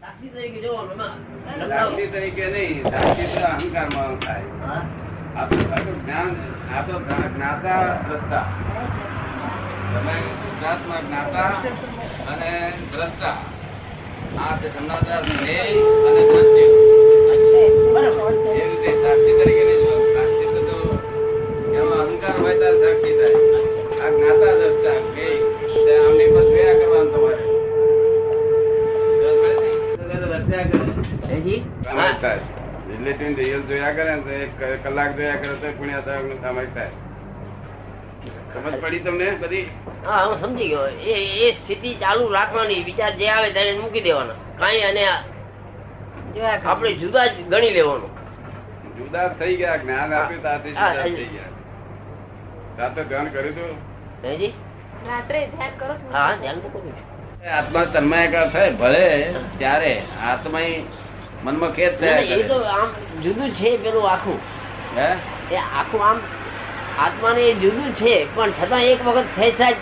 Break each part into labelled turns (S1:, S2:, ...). S1: સાક્ષી તરીકે જોવાનું ના.
S2: સાક્ષી તરીકે નહીં સાક્ષી તો અહંકારમાં થાય
S1: હા?
S2: આ તો આ તો જ્ઞાન આ તો જ્ઞા- જ્ઞાતા દ્રષ્ટા તમે ગુજરાતમાં જ્ઞાતા અને દ્રષ્ટા આ તે જમનાદાર ધ્યેય અને દ્રષ્ટિ એ રીતે સાક્ષી તરીકે નહીં જોવાનું. સાક્ષી તો તો એમાં અહંકાર હોય ત્યારે સાક્ષી થાય આ જ્ઞાતા દ્રષ્ટા ધ્યેય એટલે આમની પર જોયા કરવાનું તમારે સમજ પડી ને? તો વધ્યા કરે
S3: હા.
S2: રિલેટિવ રિયલ જોયા કરે ને તો એક કલાક જોયા કરે તો પુણ્યા થાય નું સામાયિક થાય સમજ પડી તમને બધી
S3: હા હું સમજી ગયો એ એ સ્થિતિ ચાલુ રાખવાની વિચાર જે આવે તેને મૂકી દેવાનો કાંઈ અને
S1: જોયા કરો.
S3: આપણે જુદા જ ગણી લેવાનું
S2: જુદા થઈ ગયા જ્ઞાન આપ્યું તાથી
S3: હા,
S2: જુદા થઈ ગયા તાતે ધ્યાન કર્યું તું
S3: હેજી
S1: રાત્રે ધ્યાન કરો છો?
S3: હા ધ્યાન મૂકું છું.
S2: આત્મા તન્માયકાર થાય ભલે ત્યારે આત્મા મનમાં ખેદ
S3: ના, ના, એ
S2: થયા
S3: તો આમ જુદું છે પેલું આખું
S2: કરે હે
S3: એ આખું આમ આત્માને એ જુદું છે પણ છતાં એક વખત ખેંચા જ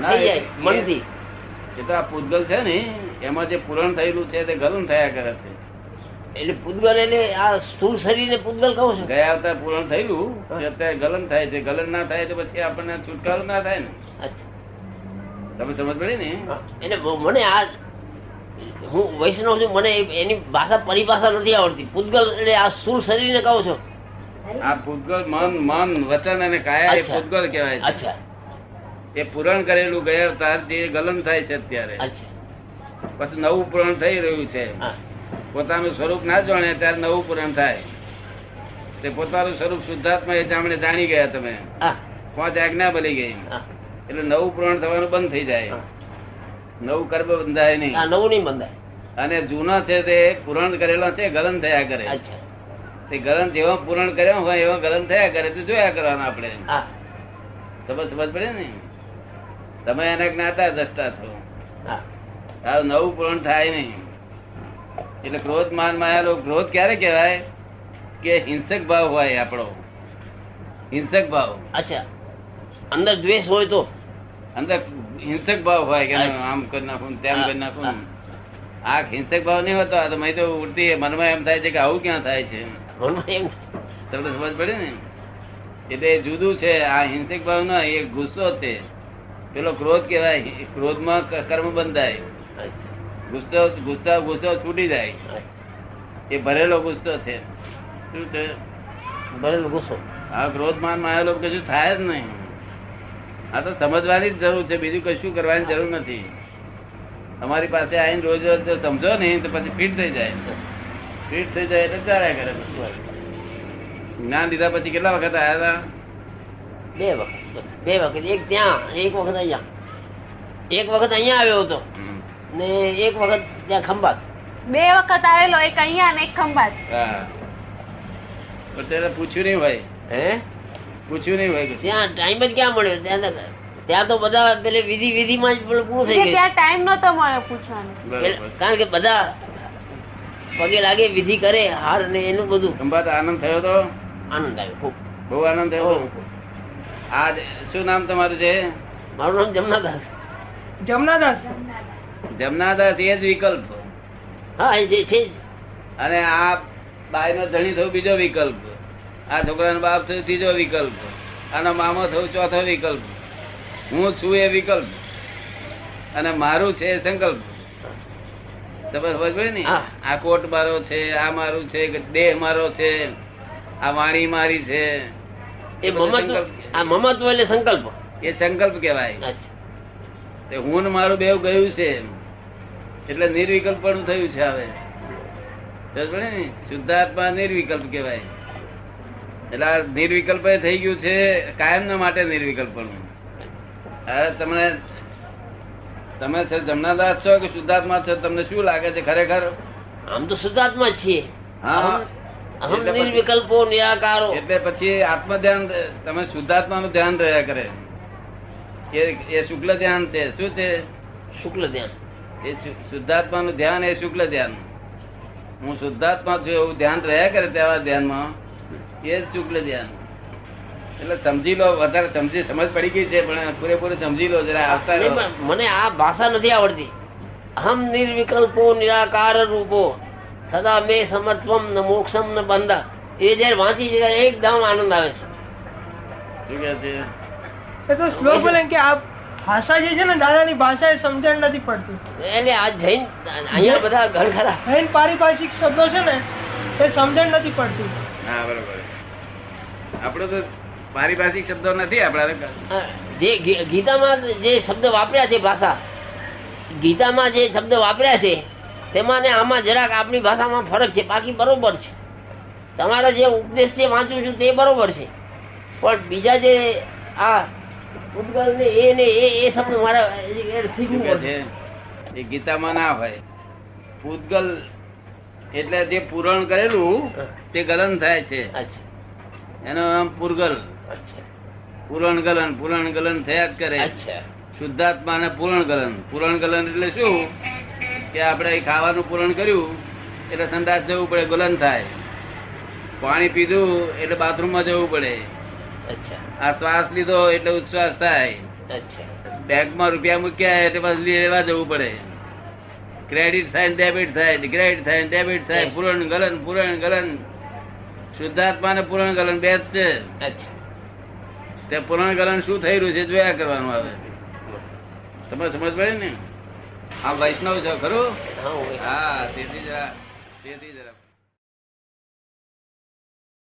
S2: ના,
S3: થઈ
S2: એ-
S3: જાય
S2: એ-
S3: મનથી
S2: એ તો આ પૂતગલ છે ને એમાં જે પૂરણ થયેલું છે તે ગલન થયા કરે છે
S3: એટલે પૂતગલ એટલે આ સ્થૂળ શરીરને પૂતગલ કહું છું
S2: ગયા અવતાર પૂરણ થયેલું તે અત્યારે ગલન થાય છે ગલન ના થાય તો પછી આપણને છુટકારો ના થાય ને
S3: અચ્છા.
S2: તમે સમજ પડી ને
S3: એટલે મ- મને આ હું વૈષ્ણવ છું મને એ- એની ભાષા પરિભાષા નથી આવડતી પૂતગલ એટલે આ સ્થૂળ શરીરને કહું છો
S2: આ ભૂતગલ મન મન વચન અને કાયા એ
S3: અચ્છા.
S2: ભૂતગલ કહેવાય છે
S3: અચ્છા
S2: એ પૂરણ કરેલું ગયા અવતાર જે ગલન થાય છે અત્યારે
S3: અચ્છા
S2: પછી નવું પૂરણ થઈ રહ્યું છે
S3: હા
S2: પોતાનું સ્વરૂપ ના જાણે ત્યારે નવું પૂરણ થાય તે પોતાનું સ્વરૂપ શુદ્ધાત્મા એ જામણે જાણી ગયા તમે
S3: હા
S2: પાંચ આજ્ઞા બની ગઈ
S3: હા.
S2: એટલે નવું પૂરણ થવાનું બંધ થઈ જાય
S3: હા.
S2: નવું કર્મ બંધાય
S3: આ
S2: નહીં
S3: નવું નહીં બંધાય
S2: અને જૂના છે તે પૂરણ કરેલા છે ગલન થયા કરે
S3: અચ્છા
S2: તે ગલન જેવા પૂરણ કર્યા હોય એવા ગલન થયા કરે તો જોયા કરવાના આપણે
S3: હા
S2: તમે સમજ પડે ને તમે એના જ્ઞાતા દ્રષ્ટા છો
S3: હા
S2: તારું નવું પૂરણ થાય નહીં એટલે ક્રોધ માન માયા લોક ક્રોધ ક્યારે કહેવાય કે હિંસક ભાવ હોય આપણો હિંસક ભાવ
S3: અચ્છા અંદર દ્વેષ હોય તો
S2: અંદર હિંસક ભાવ હોય કે ના, આમ કરી નાખું તેમ કરી
S3: હા,
S2: નાખું આ હિંસક ભાવ નહીં હોતો આ તો મેં તો ઉડતી મનમાં એમ થાય છે કે આવું ક્યાં થાય છે
S3: મનમાં એમ
S2: તમને સમજ પડે ને એટલે એ જુદું છે આ હિંસક ભાવ ના એ ગુસ્સો છે પેલો ક્રોધ કહેવાય ક્રોધમાં ક- કર્મ બંધાય
S3: અચ્છા,
S2: ગુસ્સો ગુસ્સો ગુસ્સો છૂટી જાય
S3: અચ્છા.
S2: એ ભરેલો ગુસ્સો છે શું છે
S3: ભરેલો ગુસ્સો
S2: આ ક્રોધ માન માયેલો કશું થાય જ નહીં આ તો સમજવાની જ જરૂર છે બીજું કશું કરવાની જરૂર નથી તમારી પાસે આવીને રોજ રોજ જો સમજો નહીં તો પછી ફિટ થઈ જાય ફિટ થઈ જાય એટલે ચાલ્યા કરે પછી. જ્ઞાન લીધા પછી કેટલા વખત આયા હતા
S3: બે વખત બસ. બે વખત એક ત્યાં અને એક વખત અહીંયા એક વખત અહીંયા આવ્યો હતો
S2: હમ.
S3: ને એક વખત ત્યાં ખંભાત
S4: બે વખત આવેલો એક અહીંયા અને એક ખંભાત
S2: હા પણ તેને પૂછ્યું નહીં હોય
S3: હે
S2: પૂછ્યું નહીં હોય કશું.
S3: ત્યાં ટાઈમ જ ક્યાં મળ્યો ત્યાં તો- ત્યાં તો બધા પેલે વિધિ વિધિમાં જ પેલું પૂરું થઈ
S4: એટલે
S3: ગયું
S4: ત્યાં ટાઈમ નતો મળ્યો પૂછવાનો
S2: બરોબર
S3: પેલે- કારણ કે બધા પગે લાગે વિધિ કરે હાર ને એનું બધું
S2: ખંભાત આનંદ થયો તો
S3: આનંદ આવ્યો ખૂબ
S2: બહુ આનંદ થયો
S3: બહુ.
S2: હતો? આ જે- શું નામ તમારું છે
S3: મારું નામ જમનાદાસ
S2: જમનાદાસ એ જ વિકલ્પ
S3: હા એ જે છે જ.
S2: અને આ બાયનો ધણી થયો બીજો વિકલ્પ આ છોકરાનો બાપ થયો ત્રીજો વિકલ્પ આનો મામો થયો ચોથો વિકલ્પ હું છું એ વિકલ્પ અને મારું છે એ સંકલ્પ તમે સમજ પડી ને
S3: હા.
S2: આ કોટ મારો છે આ મારું છે કે દેહ મારો છે આ વાણી મારી છે
S3: એ મમત્વ આ મમત્વ એટલે સંકલ્પ
S2: એ સંકલ્પ કહેવાય
S3: અચ્છા.
S2: તે હું ને મારું બેવ ગયું છે એટલે નિર્વિકલ્પ પણ થયું છે હવે સમજ પડી ને શુદ્ધાત્મા નિર્વિકલ્પ કહેવાય એટલે આ નિર્વિકલ્પ એ થઈ ગયું છે કાયમના માટે નિર્વિકલ્પ હવે તમને તમે સર જમનાદાસ છો કે શુદ્ધાત્મા છો તમને શું લાગે છે ખરેખર
S3: આમ તો શુદ્ધાત્મા જ છીએ
S2: હા
S3: અહમ
S2: એટલે પછી-
S3: નિર્વિકલ્પો નિરાકારો
S2: એટલે પછી આત્મ ધ્યાન તમે શુદ્ધાત્માનું ધ્યાન રહ્યા કરે એ એ શુક્લ ધ્યાન છે શું છે
S3: શુક્લ ધ્યાન
S2: એ શુ- શુદ્ધાત્માનું ધ્યાન એ શુક્લ ધ્યાન હું શુદ્ધાત્મા છું એવું ધ્યાન રહ્યા કરે તેવા ધ્યાનમાં એ જ શુક્લ ધ્યાન એટલે સમજી લો વધારે સમજી સમજ પડી ગઈ છે પણ પૂરેપૂરી સમજી લો જરા આવતા રહો
S3: નહીં, પણ મને આ ભાષા નથી આવડતી અહમ નિર્વિકલ્પો નિરાકાર રૂપો સદા મેં સમત્વમ ન મોક્ષમ ન બંધા એ જયારે વાંચી છે ત્યારે એકદમ આનંદ આવે છે
S2: શું કહે છે
S5: એ તો શ્લોક બોલે કે આ ભાષા જે છે ને દાદાની ભાષા એ સમજણ નથી પડતી
S3: એટલે આ જૈન અહીંયા બધા ઘણખરા
S5: જૈન પારિભાષિક શબ્દો છે ને એ સમજણ નથી પડતી
S2: હા બરોબર આપડે તો પારિભાષિક શબ્દો નથી આપડા
S3: જે ગી- ગીતામાં જે શબ્દ વાપર્યા છે ભાષા ગીતામાં જે શબ્દ વાપર્યા છે તેમાં ને આમાં જરાક આપણી ભાષામાં ફરક છે બાકી બરોબર છે તમારા જે ઉપદેશ છે વાંચું છું તે બરોબર છે પણ બીજા જે આ ઉદગલ ને એ ને એ એ શબ્દ મારા એ શીખવું
S2: શું કહે
S3: પડશે.
S2: છે એ ગીતામાં ના હોય પૂતગલ એટલે જે પૂરણ કરેલું તે ગલન થાય છે
S3: અચ્છા
S2: એનો નામ પૂરગલ
S3: અચ્છા
S2: પૂરણ ગલન પૂરણ ગલન થયા જ કરે
S3: અચ્છા
S2: શુદ્ધાત્મા અને પૂરણ ગલન પૂરણ ગલન એટલે શું કે આપણે ખાવાનું પૂરણ કર્યું એટલે સંડાસ જવું પડે ગલન થાય પાણી પીધું એટલે બાથરૂમમાં જવું પડે
S3: અચ્છા
S2: આ શ્વાસ લીધો એટલે ઉચ્છ્વાસ થાય
S3: અચ્છા
S2: બેંકમાં રૂપિયા મૂક્યા એટલે પાછું લેવા જવું પડે ક્રેડિટ થાય ને ડેબિટ થાય ને ક્રેડિટ થાય ને ડેબિટ થાય પૂરણ ગલન પૂરણ ગલન શુદ્ધાત્મા ને પૂરણ ગલન બે જ છે
S3: અચ્છા
S2: તે પુરાણ ગલન શું થઈ રહ્યું છે જોયા કરવાનું આવે તમે સમજ પડે ને આ વૈષ્ણવ છો ખરું
S3: હા હું એ-
S2: હા તેથી જરા તેથી જરા